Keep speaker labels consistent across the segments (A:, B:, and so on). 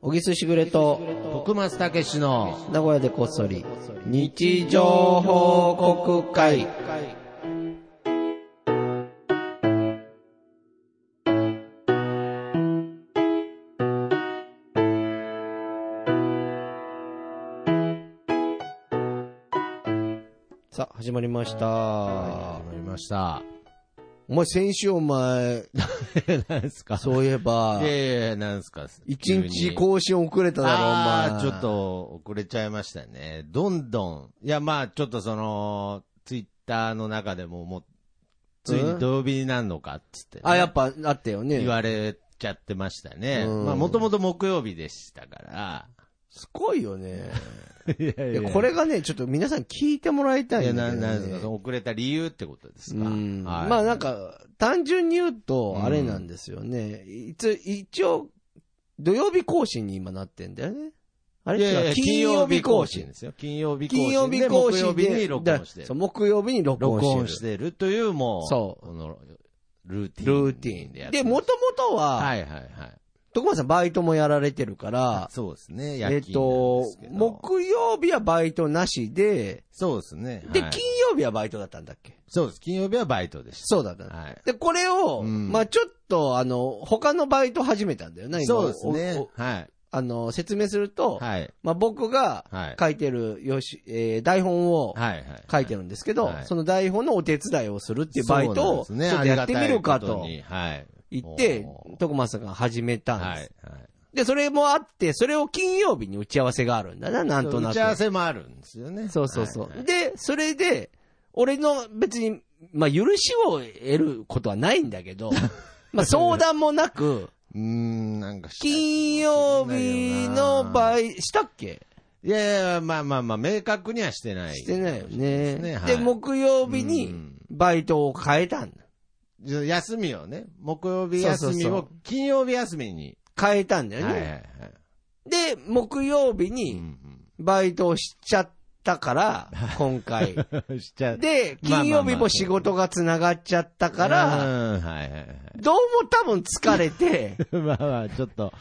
A: 小木すしぐれと、
B: 徳松たけしの
A: 名古屋でこっそり、日常報告会。さあ、始まりました。
B: 始まり ました。
A: お前、先週お前、
B: 何すか
A: そういえば
B: い、やいや、何すか
A: 一日
B: う
A: 更新遅れただろ、お前。
B: あーちょっ。と遅れちゃいましたね。どんどん。いや、まあちょっとその、ツイッターの中でももう、ついに土曜日になるのかっつって、
A: あ、やっぱ、あったよね。
B: 言われちゃってましたね。
A: うん
B: まあもともと木曜日でしたから。
A: すごいよ ね。
B: いやい
A: いやこれがね、ちょっと皆さん聞いてもらいた
B: い
A: い
B: や、
A: んだ
B: な
A: けど
B: なんです
A: ね
B: か、その遅れた理由ってことですか。
A: うん
B: はい
A: まあなんか、単純に言うと、あれなんですよね。いつ一応、土曜日更新に今なってんだよね。あれ
B: いやい
A: 違
B: や
A: う金曜日更新。
B: ですよ。金曜日更新。
A: 金曜日更新
B: 木曜日に
A: で、
B: 録音し
A: だ
B: てる
A: そう。木曜日に録音
B: 録音
A: し
B: して
A: る。
B: てるという、もう、
A: そう
B: このルーティン。
A: ルーティン
B: でや
A: で。
B: っ
A: で、
B: てま
A: も
B: す
A: ともとは、
B: はいはいはい。
A: 徳間さんバイトもやられてるから、
B: そうですね。
A: え
B: 夜
A: っ
B: 勤なん
A: と
B: ですけ、ど
A: 木曜日はバイトなしで、
B: そうですね。
A: で、
B: はい
A: 金曜日はバイトだったんだっけ
B: そうです。金曜日はバイトでし。
A: そうだったた。
B: はい。
A: で、これを、
B: うん
A: まあちょっと、あの、他のバイト始めたんだよね、今
B: そうです
A: お
B: ね
A: お。
B: はい。
A: あの、説明すると、
B: はい。
A: まあ僕が
B: はい
A: 書いてるよし、えー台本を
B: はいはい。
A: 書いてるんですけど、
B: はい
A: その台本のお手伝いをするっていうバイトを、ち
B: そ
A: ょっ
B: うな
A: と
B: んですね
A: やってみるか
B: ありがたいことにはい。
A: 言って
B: もう、
A: 徳間さんが始めたん
B: はい
A: です。
B: はい。
A: で、それもあって、それを金曜日に打ち合わせがあるんだな、なんとなく。
B: 打ち合わせもあるんですよね。
A: そうそうそう。
B: はいはい
A: で、それで、俺の別に、まあ、許しを得ることはないんだ けど、まあ、相談もなく、
B: うーん、なんかしたい
A: 金曜日の場合、したっけ
B: いやいや、まあまあまあ、明確にはしてない。
A: してないよ
B: です
A: ね。
B: はい
A: で、木曜日
B: う
A: に
B: ん
A: バイトを変えたんだ。
B: 休みをね、木曜日休み
A: そうそうそ
B: を金曜日休みに。
A: 変えたんだよ
B: はいはい
A: ね。
B: はい。
A: で、木曜日
B: う
A: に
B: ん
A: バイトをしちゃった から、今回。
B: うん しちゃう
A: で、
B: まあまあまあ
A: 金曜日も仕事が繋がっちゃったから、
B: うん、はいはいはい。
A: どうも多分疲れて、
B: まあまあ、ちょっと。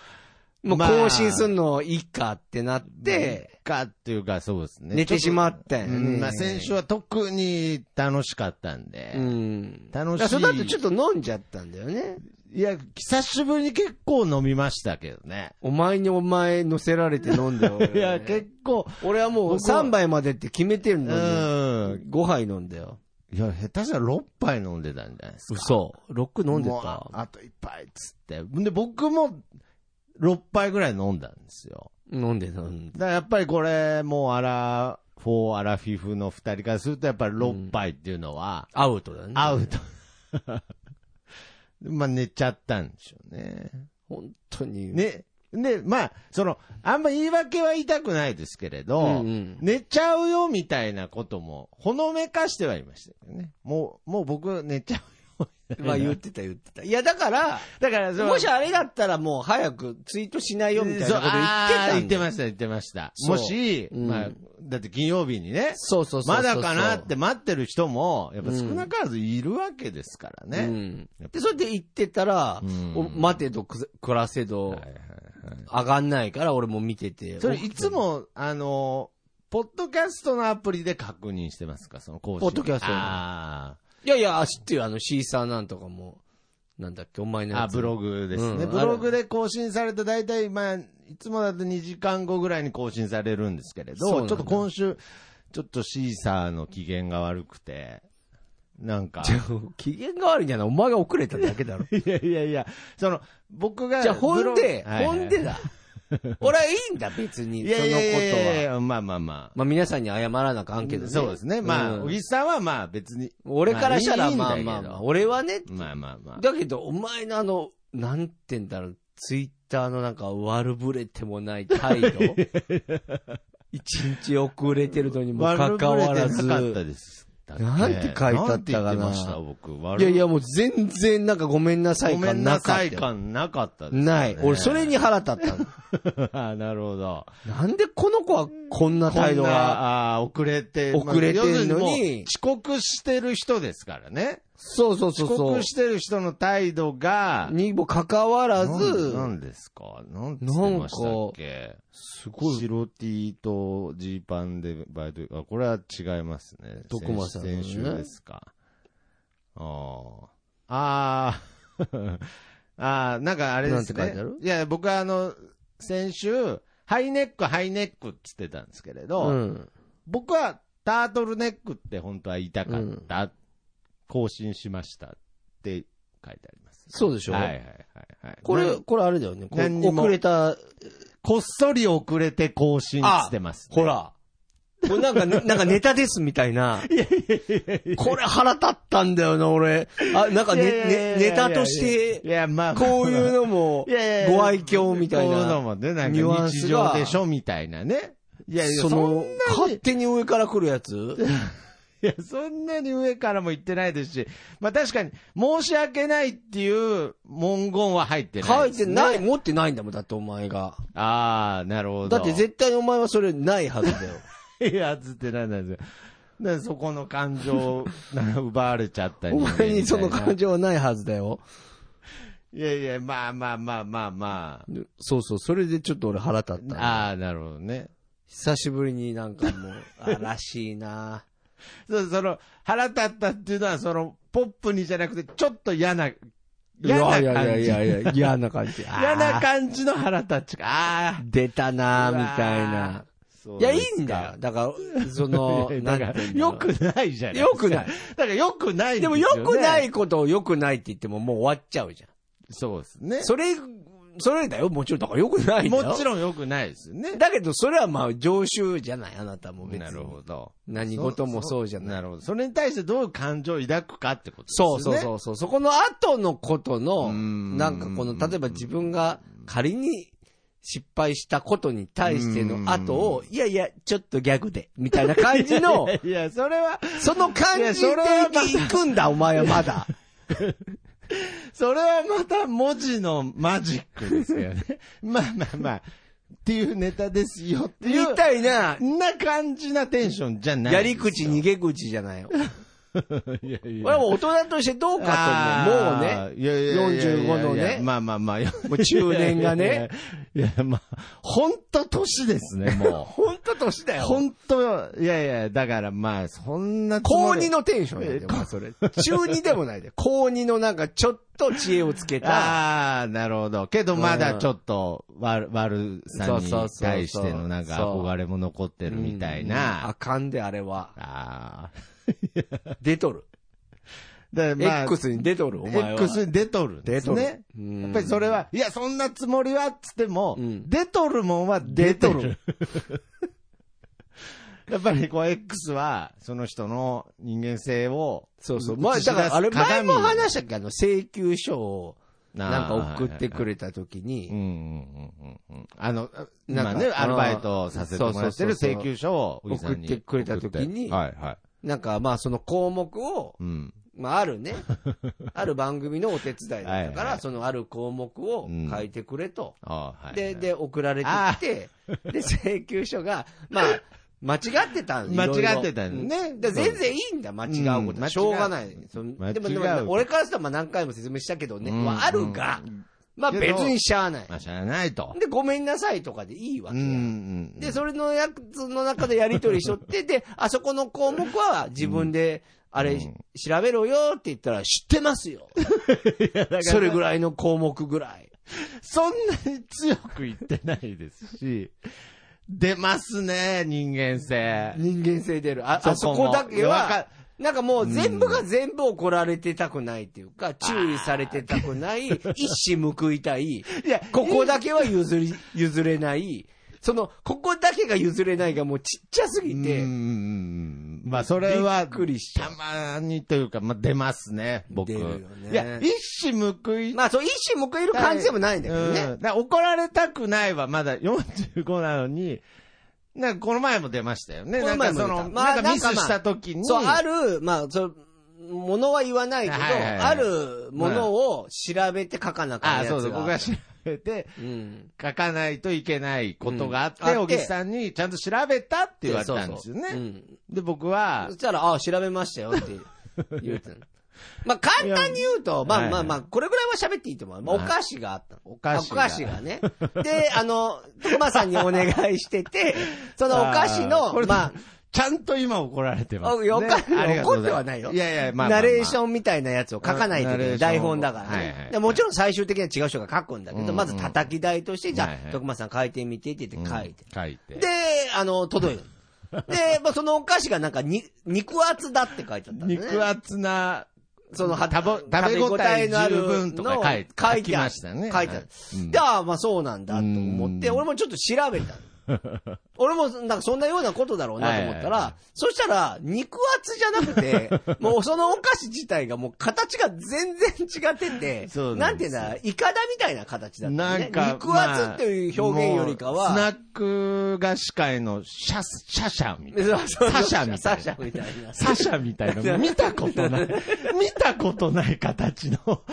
A: もう
B: まあ
A: 更新すんのいいかってなって、、
B: かっていうか、そうですね。
A: 寝てしま
B: っ
A: ったよ
B: う
A: ね。
B: ん、まあ先週は特に楽しかったんで。
A: うん。
B: 楽しい
A: だからその後ちょっと飲んじゃったんだよね。
B: いや、久しぶりに結構飲みましたけどね。
A: お前にお前乗せられて飲んだよ。俺はね
B: いや、結構、
A: 俺はもう
B: 僕は
A: 3杯までって決めてる
B: う
A: の
B: ん。
A: に、5杯飲んだよ。
B: いや、下手したら6杯飲んでたんじゃないですか。
A: 嘘。6飲んで
B: もう
A: た
B: あ。あと一杯っつって。で、僕も6杯ぐらい飲んだんですよ。
A: 飲んでた。うん
B: だからやっぱりこれ、もうアラフォー、アラフィフの二人からすると、やっぱり6杯っていうのは、
A: アウトだね。
B: アウト。 まあ寝ちゃったんでしょうね。
A: 本当に。。
B: ね、で、まあ、その、あんま言い訳は言いたくないですけれど、
A: うんうん
B: 寝ちゃうよみたいなことも、ほのめかしてはいましたけどね。もう、もう僕寝ちゃうよ。
A: まあ言ってた言ってた。いやだから、
B: だから、その
A: もしあれだったらもう早くツイートしないよみたいなこと言ってたんだ
B: そうあー
A: よ
B: 言ってました、言ってました。
A: そう
B: もし、
A: うん
B: まあ、だって金曜日にね、
A: そうそうそうそ
B: ま
A: う。
B: だかなって待ってる人も、やっぱ少なからずいるわけですからね。
A: うん。で、それで行ってたら、
B: うん
A: お待てどく暮らせど、
B: はいはいはい
A: 上がんないから俺も見てて。
B: それいつも、あの、ポッドキャストのアプリで確認してますかその更新。
A: ポッドキャストの
B: あ
A: いやいや、知ってるよ、あの、シーサーなんとかも、なんだっけ、お前の
B: ーあ、
A: やつ。
B: ブログですね。
A: うん
B: ブログで更新されて大体、まあ、いつもだと2時間後ぐらいに更新されるんですけれ
A: そうなん
B: ど、
A: だ
B: ちょっと今週、ちょっとシーサーの機嫌が悪くて、なんか。
A: 機嫌が悪いんじゃないお前が遅れただけだろ。
B: いやいやいや、その、僕が。
A: じゃあ、ほ
B: ブロ
A: ん
B: グ
A: で、
B: はいは
A: ほ
B: い
A: んでだ。俺はいいんだ、別に、
B: い
A: そのこ
B: やい
A: と
B: やいやい
A: は。
B: やまあまあまあ。
A: まあ、皆さんに謝らなきゃあんけどね。
B: そうですね。まあ、
A: うん
B: 小木さんはまあ別に。
A: 俺からしたら、まあ
B: いいんだ
A: まあ
B: けど
A: まあ、俺はね、
B: まあまあまあ。
A: だけど、お前のあの、なんて言うんだろう、ツイッターのなんか悪ぶれてもない 態度。一日遅れてるのにもかかわらず。
B: 悪ぶれてなかったです。だって
A: なんて書いてあったかなん
B: て言ってました、僕。悪
A: い
B: い
A: やいや、もう全然なんかごめんなさい
B: ごめ
A: 感
B: ん
A: な
B: な
A: か
B: さ
A: っ
B: い
A: たよ。
B: 感なかったですね。
A: ない。俺、それに腹立ったの。
B: あなるほど。
A: なんでこの子はこんな態度
B: こん
A: が。
B: なあー遅れて、
A: 遅れてんのに
B: まあ要するもう遅刻してる人ですからね。
A: そうそうそ
B: 遅
A: うそう
B: 刻。してる人の態度が、
A: にもかかわらず、
B: 何ですかなんつってましたっけ
A: すごい、
B: 白 T とジーパンでバイト、あ、これは違いますね。
A: 徳間さんのね
B: 先週ですか。ああ。ああ。 ああ、なんかあれです
A: なんて書い
B: ね
A: てある。
B: いや、僕はあの、先週、ハイネック、ハイネックって言ってたんですけれど、
A: うん。
B: 僕はタートルネックって本当は言いたかった、更新しましたって書いてあります。
A: そうでしょ
B: はいはいはい、はい。
A: これ、
B: な
A: これあれだよね。これ
B: 何にも
A: 遅れた、
B: こっそり遅れて更新してます、
A: ほ。ら。これなんかね、 なんかネタですみたいな。これ腹立ったんだよな、俺。あ、なんかね、ねネタとし
B: い
A: て、
B: や、まあ、
A: こういうのも、
B: いやいやいや
A: ご愛嬌みたい
B: こういうの
A: な。
B: もね、なん
A: ニュア
B: か
A: ン
B: 日
A: ス
B: 常
A: が
B: でしょみたいなね。いやいや、
A: そ
B: そん
A: の、勝手に上から来るやつ
B: いや、そんなに上からも言ってないですし、まあ確かに、申し訳ないっていう文言は入ってな
A: 書
B: い
A: い
B: で
A: て
B: すね、
A: ない、持ってないんだもん、だってお前が。
B: ああ、なるほど。
A: だって絶対お前はそれないはずだよ。
B: いや、つってなんなんですよ。で、そこの感情、なんか奪われちゃった り
A: お
B: ね、
A: 前にその感
B: 情。
A: 情はないはずだよ。
B: いやいや、まあまあまあまあま
A: そうそう、それでちょっと俺腹立った。
B: あ。ああ、なるほどね。
A: 久しぶりになんかもう、あらしいな
B: そその、腹立ったっていうのは、その、ポップにじゃなくて、ちょっと嫌な、嫌な感じ。
A: いやいやいやいや、 嫌な感じ。
B: 嫌な
A: じ。
B: 感じの腹立ちか。あ
A: 出た
B: あ。
A: なみたいな。
B: うわー。
A: いや、いいんだよ。だから、そ の、
B: そうです
A: な
B: か。
A: ん
B: いやだ
A: て
B: から
A: いう
B: 良
A: の
B: くないじゃない
A: 良くない。
B: だから良くないん
A: でも
B: す
A: 良
B: よね
A: くな。いことを良くないって言ってももう終わっちゃうじゃ
B: そうですね
A: ん。。それ、それだよ、もちろん。だから良くないんだよ。
B: もちろん良くないですよね。
A: だけど、それはまあ、常習じゃない、あなたも別に。
B: なるほど。
A: 何事もそうじゃない。
B: なるほど。それに対してどういう感情を抱くかってことです
A: そ
B: よ
A: う
B: ね。
A: そうそうそう。そこの後のこと
B: う
A: の、
B: ん
A: なんかこの、例えば自分が仮に失敗したことに対しての後を、いやいや、ちょっとギャグで、み たいな感じの、
B: いや、それは、
A: その感じで
B: いやそれはまた
A: 行くんだ、お前はまだ。
B: それはまた文字のマジックですよ ね。まあまあまあ、っていうネタですよって
A: み
B: いう、
A: たいな、
B: な感じなテンションじゃ ない。
A: やり口逃げ口じゃないよ。
B: いやいや。
A: 俺はもう大人としてどうかと思う。もうね。
B: ね。いやいやいやいやいや
A: 45のね
B: まあまあまあ。
A: もう中年がね。
B: いやいや、まあ、ほんと年ですね、も
A: 本当年だ
B: う。
A: よ。
B: ほんと、いやいや、だからまあ、そんなつ
A: 高
B: もり
A: 2のテンションやで、お前それ。中2でもないで。高2のなんかちょっと知恵をつけた。
B: ああ、なるほど。けどまだちょっと悪、悪さ
A: そう
B: に
A: そうそうそう
B: 対してのなんか憧れも残ってるみたい
A: うんあ
B: な。
A: かんで、あれは。
B: ああ。
A: 出とる。
B: で、 まあ、
A: X に出とる、お前は。
B: X に出とるんで
A: 出
B: す
A: とる。
B: ね。
A: うん
B: やっぱりそれは、いや、そんなつもりはっつっても、
A: うん
B: 出とるもんは出とる。 やっぱりこう X は、その人の人間性を、
A: そうそう。まあ、だから、あれ、前も話したっけ、あの、請求書を、なんか送ってく
B: れ。
A: れた時
B: うん
A: に、
B: うんうんうんうん。あの、
A: なん
B: 今
A: か
B: ね、
A: うん
B: アルバイトさせてもらってる
A: そうそうそう
B: 請求書を小木さんに
A: 送ってくれた時に
B: 送ってはいはい。
A: なんか、まあ、その項目を、
B: うん。
A: まあ、ある ね、ある番組のお手伝いだったか
B: はいは
A: ら、
B: い
A: そのある項目を書いてくれと。
B: ああはい。
A: で、、で、送られてきて、で、 請求書が、まあ、間違ってたん
B: 間
A: いろい
B: 違
A: ろ
B: ってたんですね
A: で全然いいんだ、間違うこと
B: うん
A: は。しょうがない。そ
B: 間違
A: の
B: う
A: でも、でも
B: 間違う
A: 俺からしたらまあ何回も説明したけどね、
B: うん
A: はあるが、
B: うん
A: まあ
B: けど
A: 別にしゃあない。
B: まあ、しゃあないと。
A: で、ごめんなさいとかでいいわ
B: う
A: け
B: んう
A: や。
B: ん。
A: で、それのやつの中でやり取りしと って、で、あそこの項目は自分で、あれ、
B: うん
A: 調べろよって言ったら、知ってます よ。それぐらいの項目ぐらい。
B: そんなに強く言ってないですし、 出ますね、人間性。
A: 人間性出る。あ、
B: そ
A: あ
B: こ
A: そ
B: も
A: こだけ
B: わか
A: は、なんかもう全部が全部怒られてたくないっていうか、注意されてたくない、一矢報いたい、
B: いや、
A: ここだけは譲り、譲れない、その、ここだけが譲れないがもうちっちゃすぎ
B: うんうん
A: て、
B: うん。まあ、それは、
A: びっくりした
B: たまにというか、まあ、出ますね、僕。
A: 出るよね
B: いや、一矢報い
A: まあそう、一矢報いる感じでもないんだけど
B: う
A: ね。
B: んだから怒られたくないはまだ45なのに、なんかこの前も出ましたよね。
A: この
B: なん
A: 前も
B: かそ
A: 出た
B: の、
A: まあ
B: なんかミス
A: なんかまあ
B: した時に。
A: そう、ある、まあ、そう、ものは言わないけど、
B: はいはいはい
A: あるものを調べて書かなか
B: あ
A: ったやつが。
B: そうそう、僕が調べて、
A: うん。
B: 書かないといけないことがあって、
A: うんあって
B: 小木さんにちゃんと調べたって言われたんですよね。
A: そうそううん
B: で、僕は
A: そし、たら、ああ、調べましたよって言うてんまあ、簡単に言うと、ま
B: は
A: あ
B: い
A: まあまあ、これぐらいは喋っていいと思う。まあ、お
B: はい
A: 菓子があったの。
B: お菓子が
A: お菓子がね。で、あの、徳間さんにお願いして て、そのお菓子
B: あー
A: の
B: これ、
A: まあ、
B: ちゃんと今怒られてます、ね。
A: あおか
B: ありがとう
A: 怒
B: ござ
A: ってはないよ
B: いやいや、まあまあま
A: ナ
B: あ
A: レーションみたいなやつを書かないといけ
B: ナレ
A: ない。
B: ーションを
A: 台本だから
B: はいはいは
A: ね
B: い。
A: でもちろん最終的には違う人が書くんだけ
B: うんう
A: ど、
B: ん
A: まず叩き台として、じゃ
B: はいはい
A: あ、徳間さん書いてみてって言って書いて。
B: うん書いて。
A: で、あの、届いた。で、まあ、そのお菓子がなんかに、肉厚だって書いてあったんだね。
B: 肉厚な、
A: その、は
B: 食べ食べ応えのある分とか書い
A: 書
B: 書
A: い
B: き
A: てあ
B: ま
A: る
B: したね。
A: 書いてあ
B: は
A: る。
B: うん
A: で、ああ、まあそうなんだと思って、
B: うん
A: 俺もちょっと調べ たの。俺も、なんかそんなようなことだろうなと思った
B: はいはいはい
A: ら、そしたら、肉厚じゃなく て、もうそのお菓子自体がもう形が全然違ってて、
B: そう
A: な
B: なんん
A: てい
B: で
A: うん
B: すよ
A: だ、イカダみたいな形だった、
B: な
A: ね
B: ん。か、
A: 肉厚っていう表現よりかは、
B: まあもうスナック菓子界のシャス、シャシャみたい
A: そう
B: な。
A: そう
B: サシャみたい
A: サシ
B: な
A: ャ。みたいな。
B: サシャみたいな。見たこ とない。見たことない形の。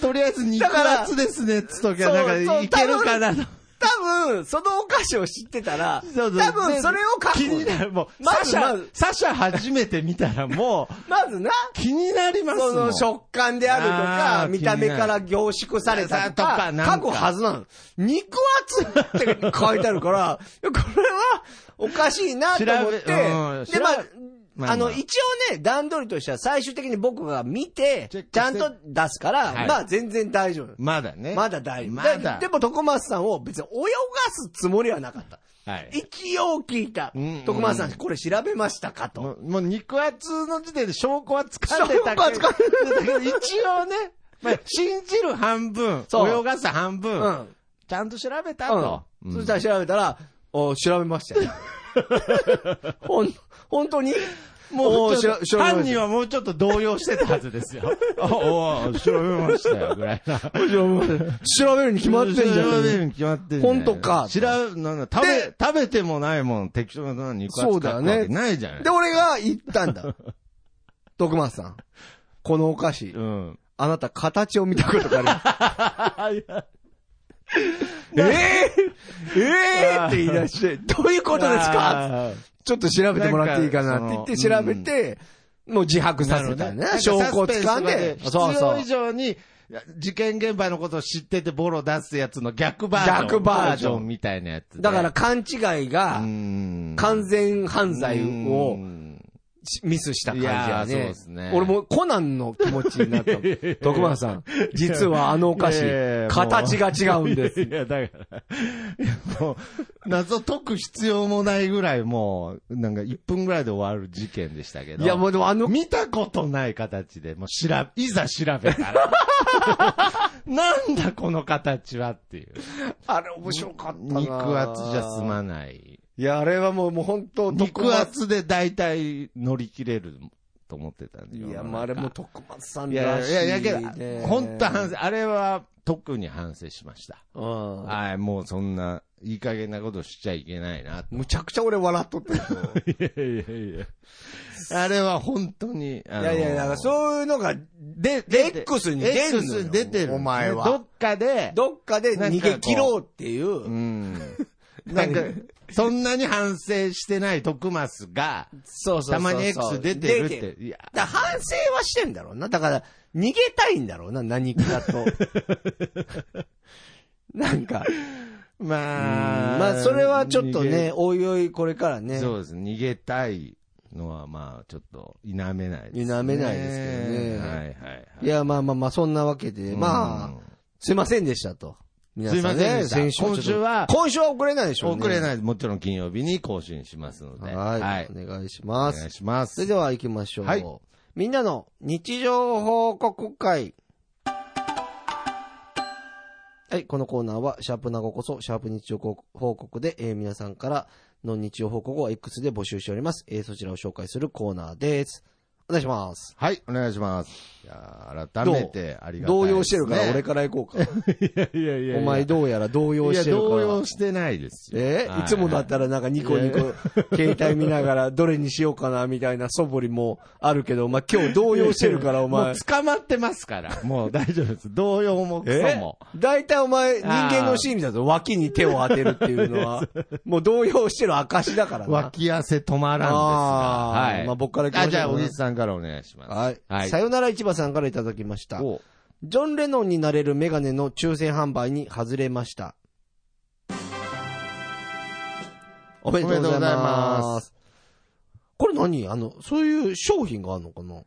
B: とりあえず肉
A: だから
B: 厚ですね、つときゃ、
A: そう
B: なん
A: そ
B: か、
A: う
B: いけるかなと。
A: 多分、そのお菓子を知ってたら、
B: そうそう
A: 多分それを書く。
B: 気になる。もう、
A: ま
B: サ
A: ず
B: シ
A: ま
B: ャ
A: ず、
B: サシャ初めて見たらもう、
A: まずな、
B: 気になりますも
A: そ
B: ん。
A: の食感であると
B: あ
A: か、
B: ー
A: 見た目から凝縮されたと
B: と
A: か
B: か、なんか
A: 書くはずなの。肉厚って書いてあるから、いやこれはおかしいなと思って、
B: 調べう
A: で、ま
B: ん
A: あ
B: 調べ、まあまあ
A: あの、一応ね、段取りとしては最終的に僕が見て、
B: チェックして
A: ちゃんと出すから、
B: はい
A: まあ全然大丈夫。
B: まだね。
A: まだ大丈夫。
B: ま
A: だ
B: だ。
A: でも、徳松さんを別に泳がすつもりはなかった。
B: はい。
A: 一応聞いた
B: うんうん。
A: 徳松さん、これ調べましたかと
B: も。う、もう肉厚の時点で証拠は掴んでたけど。
A: 証拠は
B: だけど一応ね、 まあ、信じる半分、
A: そう
B: 泳がす半分、
A: うん。
B: ちゃんと調べたと。
A: うんそしたら調べたら、お調べました よ。ほん、本当に
B: も
A: お
B: う
A: し
B: ちょ
A: ら
B: っと、
A: 調べました
B: 犯人はもうちょっと動揺してたはずですよ。 おお、調べましたよ、ぐらいな。
A: 調べるに決まってんじゃ
B: 調べ
A: ん。
B: るに決まってんじゃ
A: 本当か
B: 調べ、なんだ、食べ
A: で、
B: 食べてもないもん、適当な肉厚
A: そうだよね
B: 買ったわけないじゃない
A: で、。俺が言ったんだ。徳松さん。このお菓子
B: う、ん。
A: あなた形を見たことがあります。 ええええって言い出して、どういうことですか
B: あー
A: ちょっと調べてもらっていいかなって言って調べて、もう自白させたんだね。証拠を掴んで。
B: 必要以上に、事件現場のことを知っててボロ出すやつの逆バージョン。
A: 逆バージョン
B: バみたいなやつで。
A: だから勘違いが
B: う、ん、
A: 完全犯罪を
B: うん
A: しミスした感じやね。
B: いやーそうっすね
A: 俺もコナンの気持ちにな ったもん。徳丸さん、実はあのお 菓
B: いやいやい
A: 子、
B: や
A: 形が違うんです。
B: いや、だから、いやもう、謎解く必要もないぐらいもう、なんか1分ぐらいで終わる事件でしたけど。
A: いや、もうでもあの、
B: 見たことない形で、もう調べ、いざ調べた ら。なんだこの形はっていう。
A: あれ面白かったな
B: 肉厚じゃ済まない。
A: いや、あれはもう、もう本当、徳
B: 肉
A: 松
B: 厚で大体乗り切れると思ってたんで。
A: い
B: 世
A: や、
B: の中
A: まああれも徳松さん
B: いや
A: ら
B: い
A: しい、
B: や
A: ね。
B: いや、いやけど、本当反省、あれは特に反省しました。
A: うん。
B: はい、もうそんな、いい加減なことしちゃいけないな。
A: むちゃくちゃ俺笑っとったよ。
B: いやいやいや。あれは本当に、い
A: いやいや、なんかそういうのが、
B: で、
A: X に出んのよ
B: X に出てる。
A: お前は
B: どっかで、
A: どっかで逃げ切ろうっていうう。
B: ん。なんか、そんなに反省してない徳松が、
A: そうそうそうそう。
B: たまに X 出てるっ
A: 出
B: て。いや、
A: だから反省はしてんだろうな。だから、逃げたいんだろうな、何か と。なんか、
B: まあ、
A: まあ、それはちょっと
B: 逃げ
A: ね、おいおいこれからね、
B: そうです。逃げたいのは、まあ、ちょっと、否めないです、ね。
A: 否めないですけどね
B: はいはいはい。
A: いや、まあまあまあ、そんなわけで、
B: うん
A: まあ、、すいませんでしたと。皆
B: すいま
A: さん
B: せん
A: ね、
B: でした。
A: 先週ちょっと
B: 今週は、
A: 今週は遅れないでしょうね。
B: 遅れ
A: い。
B: ない。もちろん金曜日に更新しますので。
A: はい,、
B: はい。
A: お願いし
B: お
A: ま
B: 願
A: す
B: い。しま
A: そ
B: す
A: れ。では行きましょう。
B: はい
A: みんなの日常報告会。はい、このコーナーは、シャープなごこそ、シャープ日常報告で、えー皆さんからの日常報告を X で募集しております。えーそちらを紹介するコーナーです。お願いします。
B: はい、お願いします。いや、改めて、ありがたいで
A: 動
B: すね、
A: 揺してるから、俺から行こうか。
B: いやいやいや
A: お前どうやら動揺
B: い
A: し
B: や、
A: てるから。
B: 動揺してないですよ。
A: え
B: はい
A: いつもだったらなんかニコニコ、携帯見ながらどれにしようかなみたいな素振りもあるけど、お前今日動揺してるからお
B: も
A: 前
B: う。捕まってますから。 もう大丈夫です。動揺もクソ
A: え
B: も。
A: 大体お前、人間の心理だぞ。脇に手を当てるっていうの は、もう動揺してる証だからな。
B: 脇汗止まらんですが。
A: あー
B: はい。
A: まあ僕から行きましょう
B: あ、じゃあ、小木さんからお願いします。
A: はい。
B: はい
A: さよなら市場さんからいただきました。
B: お
A: ジョン・レノンになれるメガネの抽選販売に外れました。おめでとうございます。
B: おめでとうございま
A: これ何あの、そういう商品があるのかな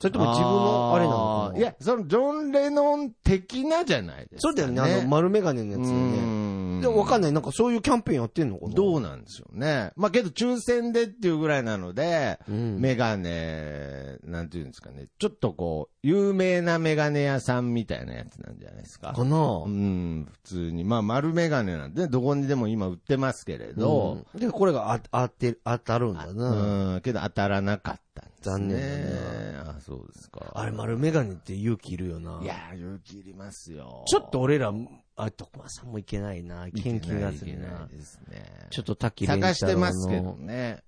A: それとも自分のあれなのかない
B: いや、その、ジョン・レノン的なじゃないですか、ね。
A: そうだよね、あの、丸メガネのやつよね。
B: ね
A: でもわかん
B: な
A: な
B: い。
A: い、なんかそういうキャンペーンやってんのかな
B: どうなんでしょうね。まあ、けど、抽選でっていうぐらいなので、
A: うん、
B: メガネ、なんていうんですかね。ちょっとこう、有名なメガネ屋さんみたいなやつなんじゃないですか。
A: かな
B: うん、普通に。まあ、丸メガネなんで、どこにでも今売ってますけれど、
A: うんで、これがあ当て、当たるんだ
B: う
A: な。
B: ん、けど当たらなかったんです、ね。
A: 残念
B: だね。あ、そうですか。
A: あれ、丸メガネって勇気いるよな。
B: いやー、勇気いりますよ。
A: ちょっと俺ら、あ、徳間さんもいけないな。
B: いけな
A: 研
B: い、
A: 究がする
B: いけな。
A: ない
B: ですね。
A: ちょっと滝連太郎
B: 探
A: の
B: してますけどね。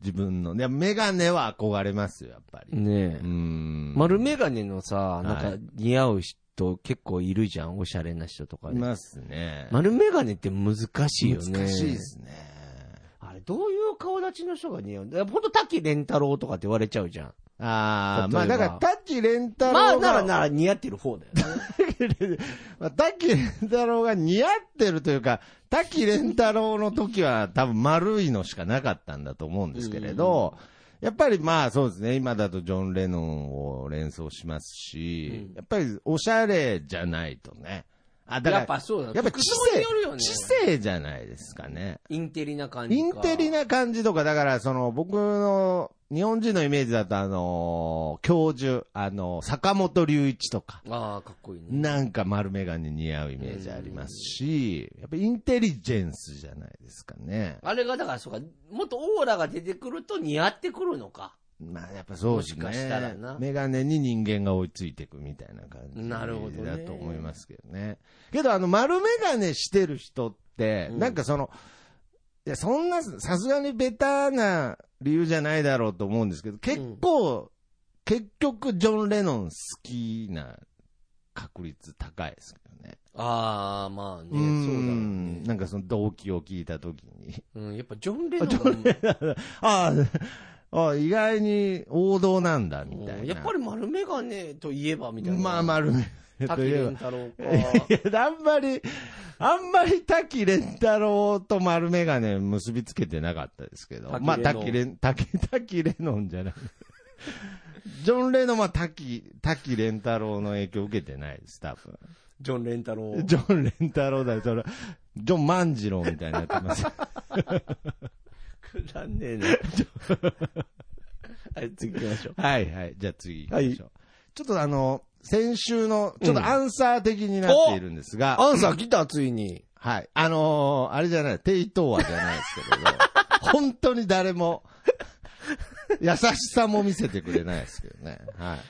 B: 自分の。いや、メガネは憧れますよ、やっぱり。
A: ね
B: う
A: え。
B: ん。
A: 丸メガネのさ、な
B: は
A: ん
B: い
A: か似合う人結構いるじゃん。おしゃれな人とか
B: い
A: で。
B: ますね。
A: 丸メガネって難しいよね。
B: 難しいですね。
A: あれ、どういう顔立ちの人が似合うんだほんと滝連太郎とかって言われちゃうじゃん。例
B: ああ、
A: えば
B: まあだから、タッキーレンタロウ
A: まあ、
B: が、
A: ならなら似合ってる方だよね。
B: まあ、タッキーレンタロウが似合ってるというか、タッキーレンタロウの時は多分丸いのしかなかったんだと思うんですけれど、やっぱりまあそうですね、今だとジョン・レノンを連想しますし、
A: うん
B: やっぱりおしゃれじゃないとね。あ、だから、
A: やっぱそうだ。
B: やっぱ知
A: 服装に
B: 性
A: よるよ、ね
B: 知性じゃないですかね。
A: インテリな感じか。
B: インテリな感じとか、だから、その、僕の、日本人のイメージだと、あのー教授、あのー坂本龍一とか、
A: ああ、かっこいいね。
B: なんか丸眼鏡似合うイメージありますし、やっぱインテリジェンスじゃないですかね。
A: あれがだから、そうか、もっとオーラが出てくると似合ってくるのか。
B: まあ、やっぱそうですね。
A: もしかしたらな
B: メガネに人間が追いついていくみたいな感じ
A: なるほどね
B: だと思いますけどね。けど、あの、丸メガネしてる人って、
A: うん
B: なんかその、いや、そんな、さすがにベタな理由じゃないだろうと思うんですけど、結構、結局、ジョン・レノン好きな確率高いですけどね。
A: ああ、まあね、
B: ん
A: そうだろうね。
B: なんかその動機を聞いたときに。
A: うん、やっぱジョン・レノンも
B: ああ、あ意外に王道なんだ、みたいな。
A: うんやっぱり丸眼鏡といえばみたいな。
B: まあ、丸め。と
A: 滝
B: いえ
A: 蓮
B: ば
A: 太郎か。
B: いやあんまり、あんまり滝蓮太郎と丸眼鏡結びつけてなかったですけど、
A: 滝
B: まあ
A: レノン
B: 滝蓮、滝、滝レノンじゃない。 ジョン・レノンは滝、滝蓮太郎の影響を受けてないです、多分。
A: ジョン・レン太郎。
B: ジョン・レン太郎だよ、それ。ジョン万次郎みたいになってます。
A: くだん ねえな。はい、次行きましょう。
B: はいはい。じゃあ次行きましょう。ちょっとあの、先週の、ちょっとアンサー的になっているんですが、
A: アンサー来た、ついに。
B: はい。あのーあれじゃない、低等話じゃないですけれど、本当に誰も、優しさも見せてくれないですけどね。はい。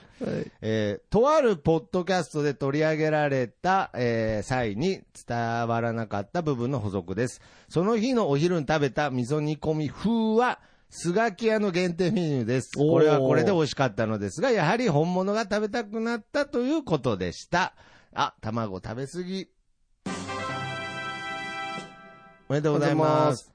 B: えーとあるポッドキャストで取り上げられた、えー際に伝わらなかった部分の補足です。その日のお昼に食べた味噌煮込み風は、スガキ屋の限定メニューです。
A: おー
B: これはこれで美味しかったのですが、やはり本物が食べたくなったということでした。あ、卵食べ過ぎ。おめでとうございます。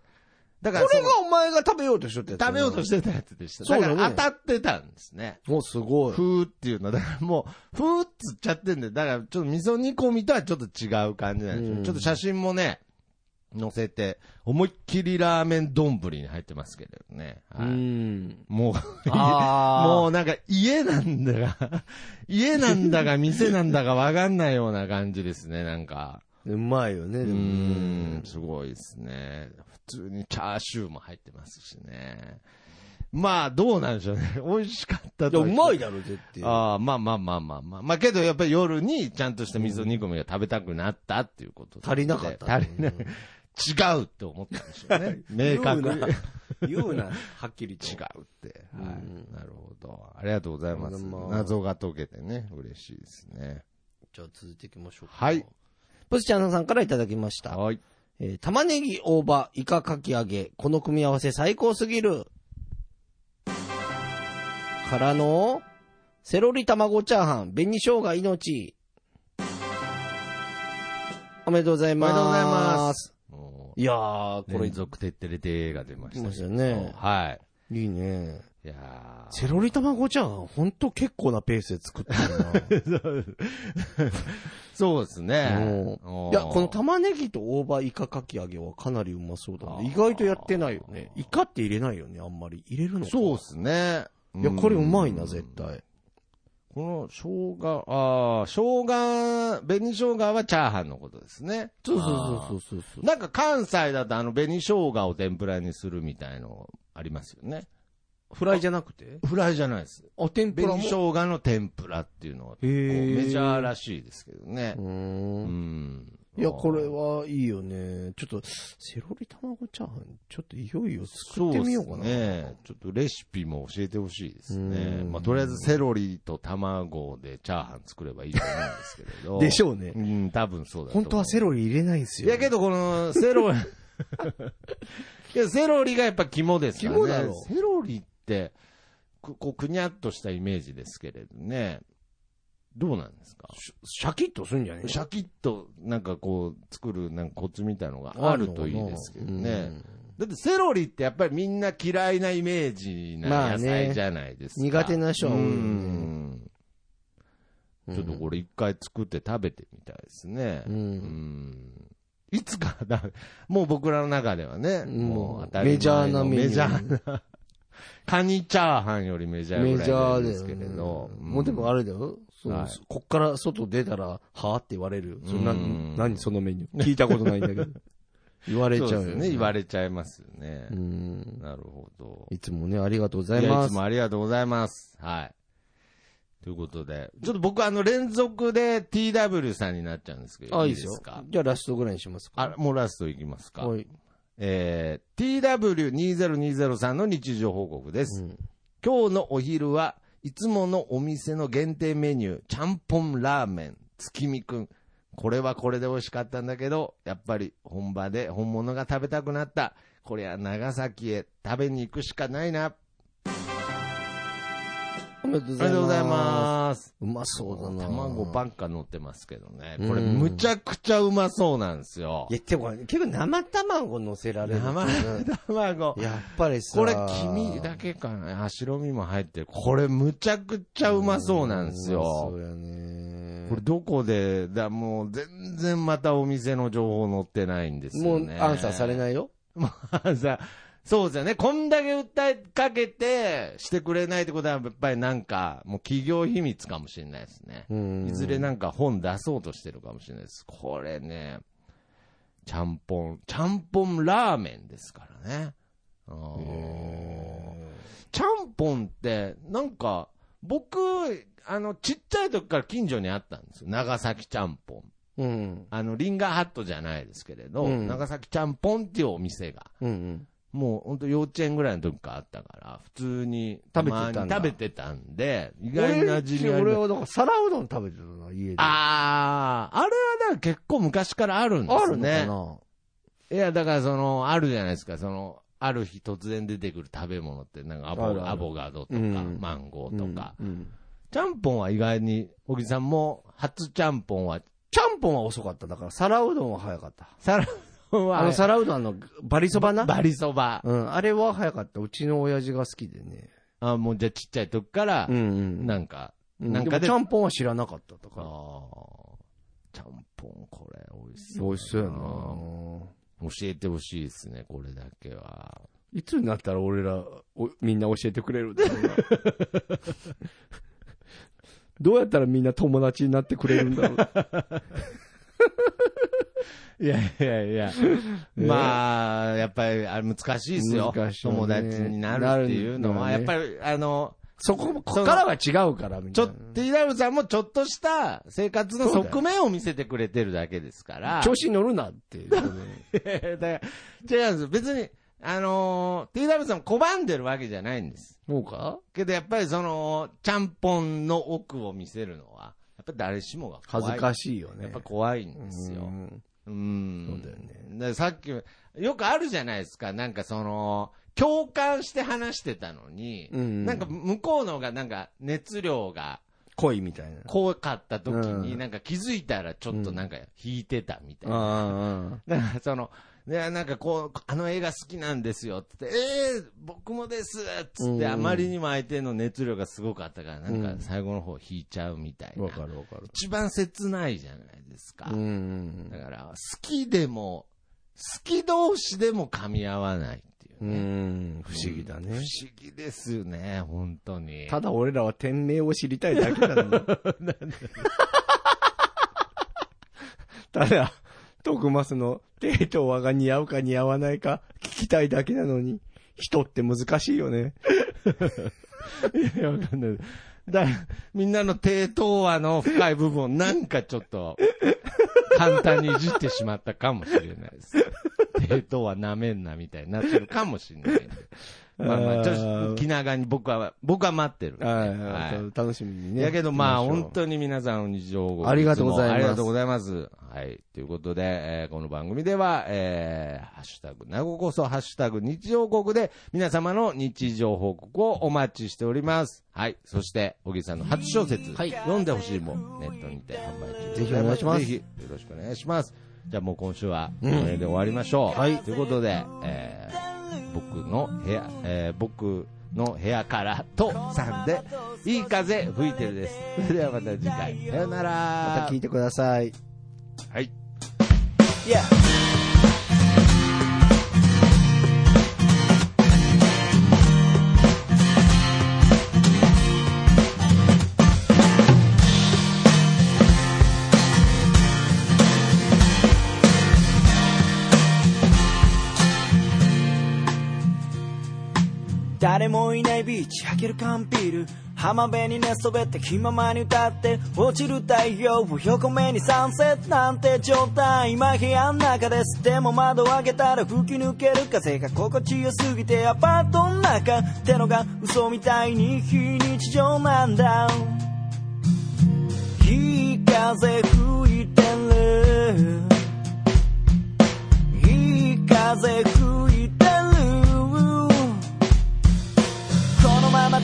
B: だ
A: こ
B: からそ
A: れ
B: の、
A: がお前が食べようとしとって
B: 食べようとしてたやつでした。
A: そうだね
B: だから当たってたんですね。
A: て。もうすごい。
B: ふーっていうのは、だからもう、ふーっつっちゃってんで、だからちょっと味噌煮込みとはちょっと違う感じなんですよ。
A: うん
B: ちょっと写真もね、載せて、思いっきりラーメン丼に入ってますけどね。
A: う
B: はい
A: ん。
B: もう、
A: あー
B: もうなんか家なんだが、家なんだが店なんだかわかんないような感じですね、なんか。
A: うまいよね、
B: う
A: で
B: ー
A: もね
B: ん、すごいですね。普通にチャーシューも入ってますしね。まあ、どうなんでしょうね。 美味しかった
A: いや、
B: とは
A: うまいだろ、絶対。
B: ああ、まあまあまあまあまあ。まあけどやっぱり夜にちゃんとした水煮込みが食べたくなったっていうことで
A: 足りなかった。
B: 足りない。違うって思ったんでしょうね。 明確に。違うっ
A: 言うな。言うな、 はっきりと。
B: て。はい。なるほど。ありがとうございます。
A: まあ
B: 謎が解けてね、嬉しいですね。
A: じゃあ続いていきましょうか。
B: はい。
A: プスチャーナさんからいただきました。
B: はい。
A: えー玉ねぎ、大葉、イカかき揚げ。この組み合わせ最高すぎる。からの、セロリ卵チャーハン、紅生姜命。おめでとうございます。
B: おめでとうございます。も
A: いやー、
B: う、
A: こ
B: これ
A: れ
B: 連続てってれてが出ましたけど。
A: 出ましたよね
B: はい。
A: いいね。
B: いや
A: セロリ卵ちゃん、ほんと結構なペースで作ってる
B: ーそうです
A: な。
B: ね
A: も。 ういや、この玉ねぎと大葉イカかき揚げはかなりうまそうだ
B: あ
A: ね。
B: ー
A: 意外とやってないよね。イカって入れないよね、あんまり。入れるのか
B: そうですね。
A: いや、これうまいな、
B: ん
A: 絶。対。
B: この生姜、ああ、生姜、紅生姜はチャーハンのことですね。
A: そうそうそうそうそう。
B: なんか関西だとあの紅生姜を天ぷらにするみたいのありますよね。
A: フライじゃなくて
B: フライじゃないです。
A: あ、天ぷら
B: 紅
A: も
B: 生。姜の天ぷらっていうのは結構メジャーらしいですけどね
A: う。
B: う
A: ーん。
B: ん。
A: いや、これはいいよね。ちょっと、セロリ卵チャーハン、ちょっといよいよ作ってみようか
B: そ
A: な。
B: ですね。ちょっとレシピも教えてほしいですね
A: う。ん
B: まあ、とりあえずセロリと卵でチャーハン作ればいいと思うんですけれど。
A: でし
B: ょ
A: ょうね
B: う。ん、多分そうだと思
A: 本
B: う
A: 当はセロリ入れないんです
B: い
A: よ。
B: やけどこのセロ リ、いやセロリがやっぱ肝ですからね。
A: 肝だろ
B: セロリって、くこうくにゃっとしたイメージですけれどね。どうなんですか
A: シャシャキッとするんじゃない
B: シャキッとなんかこう作るなんかコツみたいのがあるといいですけどね。だってセロリってやっぱりみんな嫌いなイメージ
A: ま
B: な
A: あ
B: 野
A: ね
B: 菜じゃないですか。
A: 苦手な人は多いよね
B: うん
A: うん。
B: ちょっとこれ一回作って食べてみたいですね。
A: うん
B: うんいつからだ、もう僕らの中ではね、
A: うん
B: もう当たり前のメ
A: メ
B: ジ
A: ジャ
B: ャー
A: ー
B: な
A: なメニュー
B: カニチャーハンよりメジャー
A: メ
B: ぐら
A: ジャ
B: い
A: ー
B: で
A: ですす
B: け
A: け
B: れ
A: れど。。
B: ど
A: もうでもあ
B: れ、
A: れだよ。そう
B: はい
A: こっから外出たら、はあって言われるよ。そんな
B: うん
A: 何そのメニュー。聞いたことないんだけ ど。言われち
B: そう
A: ゃ
B: で
A: う
B: す
A: よ
B: よね、言わ
A: れ
B: れちゃいますよね。
A: うん。
B: なるほど。
A: いつもね、ありがとうござ
B: い
A: い
B: や
A: ま
B: いつ
A: す。
B: もありがとうございます。はい。ということで、ちょっと僕あの連続で TW さんになっちゃうんですけど、
A: あ、い
B: いい
A: い
B: で
A: ですす
B: か
A: よ。じゃあラストぐらいにしますか。
B: あ、もうラストいきますか。
A: はい。
B: えー、TW2020 さんの日常報告です。
A: うん
B: 今日のお昼はいつものお店の限定メニュー、ちゃんぽんラーメン、月見くん。これはこれで美味しかったんだけど、やっぱり本場で本物が食べたくなった。こりゃ長崎へ食べに行くしかないな。あ
A: おめでとう
B: りがとう
A: ござ
B: ござ
A: い
B: い
A: ま
B: ます。
A: す。うまそうだな。
B: 卵ば
A: ン。
B: っか乗ってますけどね。
A: うん
B: これむちゃくちゃうまそうなんですよ
A: い。や、でも結構生卵乗せられるとね。
B: 卵。
A: やっぱりさ。
B: これ黄身だけかな。あ白身も入ってる。これむちゃくちゃうまそうなんですよ。
A: うんそうやね。
B: これどこで、だもう全然またお店の情報載ってないんです
A: も
B: よ
A: う
B: ね。
A: アンサーされないよ。
B: アンサーそうですよね。こんだけ訴えかけてしてくれないってことは、やっぱりなんか、もう企業秘密かもしれないですね。いずれ
A: な。
B: なんか本出そうとしてるかもしれないです。これね、ちゃんぽん、ちゃんぽんラーメンですからね。あーちゃんぽんって、なんか、僕、あの、ちっちゃい時から近所にあったんですよ。長崎ちゃんぽん。
A: うん。
B: あの、リンガーハットじゃないですけれど、
A: うん
B: 長崎ちゃんぽんっていうお店が、
A: うんうん。
B: もう本当幼稚園ぐらいの時からあったから、普通に
A: 食べてたんだ
B: たまに食べてたんで、意外な味にありま
A: 俺
B: す
A: はだから皿うどん食べてたな、家で。
B: あー、あれはだから結構昔からあるんですね。
A: あるの
B: いや、だからその、あるじゃないですか、その、ある日突然出てくる食べ物って、なんかアボ
A: あるある
B: アボガドとか、
A: うん
B: マンゴ
A: か
B: ー
A: な
B: とか、。
A: うん
B: ちゃんぽんは意外に、小木さんも、初ちゃんぽんは、
A: ちゃんぽんは遅かった。だから、皿うどんは早かった。
B: サラは、
A: あの、皿うどんあの、バリそばな
B: バリそば。
A: うん。あれは早かった。うちの親父が好きでね。
B: あもうじゃあちっちゃい時から、
A: ん
B: なんか、
A: うん。
B: な
A: なんん
B: か
A: か
B: で
A: ちゃんぽんは知らなかったと
B: あ
A: か。
B: ーちゃんぽんこれ、美味し
A: 美
B: そう。
A: 味しそうやな
B: 教えてほしいですね、これだけは。
A: いつになったら俺ら、おみんな教えてくれるんだろうな どうやったらみんな友達になってくれるんだろう。
B: いやいやいや。 まあ、やっぱり、あれ難しいですよ。
A: 難しいね
B: 友達になるっていうのは、
A: な
B: やっ
A: るん
B: ぱ
A: だ
B: り、あの、
A: そこ、ここからは違うから、み
B: ち
A: た
B: ょ
A: い
B: っ
A: な。
B: と、ティダルさんもちょっとした生活の側面を見せてくれてるだけですから。
A: 調子に乗るなっていう。
B: だから違うんです。別に、あのー、ティダルさん拒んでるわけじゃないんです。
A: そうか
B: けどやっぱりその、ちゃんぽんの奥を見せるのは、やっぱり誰しもが怖い。
A: 恥ずかしいよね。
B: やっぱ怖いんですよ。
A: うん
B: うん。
A: そうだよね
B: ね。さっき、よくあるじゃないですか。なんかその、共感して話してたのに、
A: うん
B: なんか向こうの方がなんか熱量が
A: 恋みたいな。
B: 濃かった時に、
A: うん
B: なんか気づいたらちょっとなんか引いてたみたいな。
A: あ
B: だからその、で、なんかこう、あの映画好きなんですよって言って、えー、僕もですっつ
A: う
B: っ
A: ん
B: て、あまりにも相手の熱量がすごかったから、なん
A: うん
B: か最後の方引いちゃうみたいな。
A: わかるわかる。
B: 一番切ないじゃないですか。
A: うんうん
B: だから、好きでも、好き同士でも噛み合わないっていう
A: うん。う
B: ね。
A: ん、不思議だ
B: 不
A: ね
B: 思。議ですね、本当に。
A: ただ俺らは店名を知りたいだけなんだ。ただ、徳マスの、テイと和が似合うか似合わないか聞きたいだけなのに、人って難しいよね。
B: いや、わかんない。だみんなの低等話の深い部分をなんかちょっと、簡単にいじってしまったかもしれないです。低等話なめんなみたいになってるかもしれないんで。まあまあ、ちょっと気長に僕は、僕は待ってるんで。
A: はい、楽しみにね。
B: だけどまあ本
A: に。
B: 当に皆さん日常報告
A: ありがとうございます
B: つもありがとうございます。はい。ということで、えーこの番組では、えーハッシュタグ、名古こそ、ハッシュタグ、日常報告で皆様の日常報告をお待ちしております。はい。そして、小木さんの初小説、読んでほしいもん、ネットにて販売中で
A: ぜひお願いします
B: ぜひよろしくお願いします。じゃあもう今週は、この辺で終わりましょう。はい。ということで、えー僕の部屋、えー僕の部屋からとさんで、いい風吹いてるです。それではまた次回。さよなら。
A: また聞いてください。
B: はい。
C: Yeah.「誰もいないビーチ開ける缶ビール」「浜辺に寝そべって気ままに歌って」「落ちる太陽を横目にサンセットなんて状態」「今部屋の中です」「でも窓を開けたら吹き抜ける風が心地よすぎて」「アパートの中ってのが嘘みたいに非日常なんだ」「いい風吹いてる」「いい風吹いてる」このまま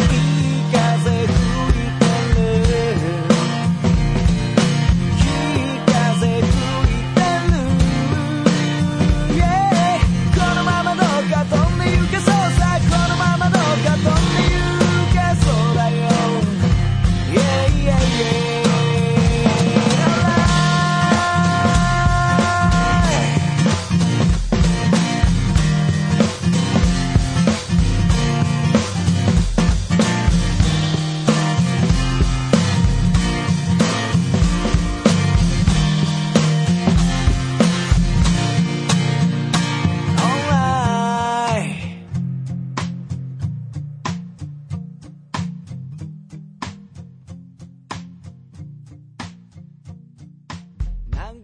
C: いい風吹いてるいい風吹いてる Yeah このままどうか飛んで行けそうさこのままどうか飛んで行けそうだよ Yeah yeah yeah Alright オンライン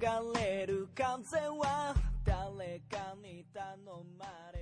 C: 流れる風は誰かに頼まれ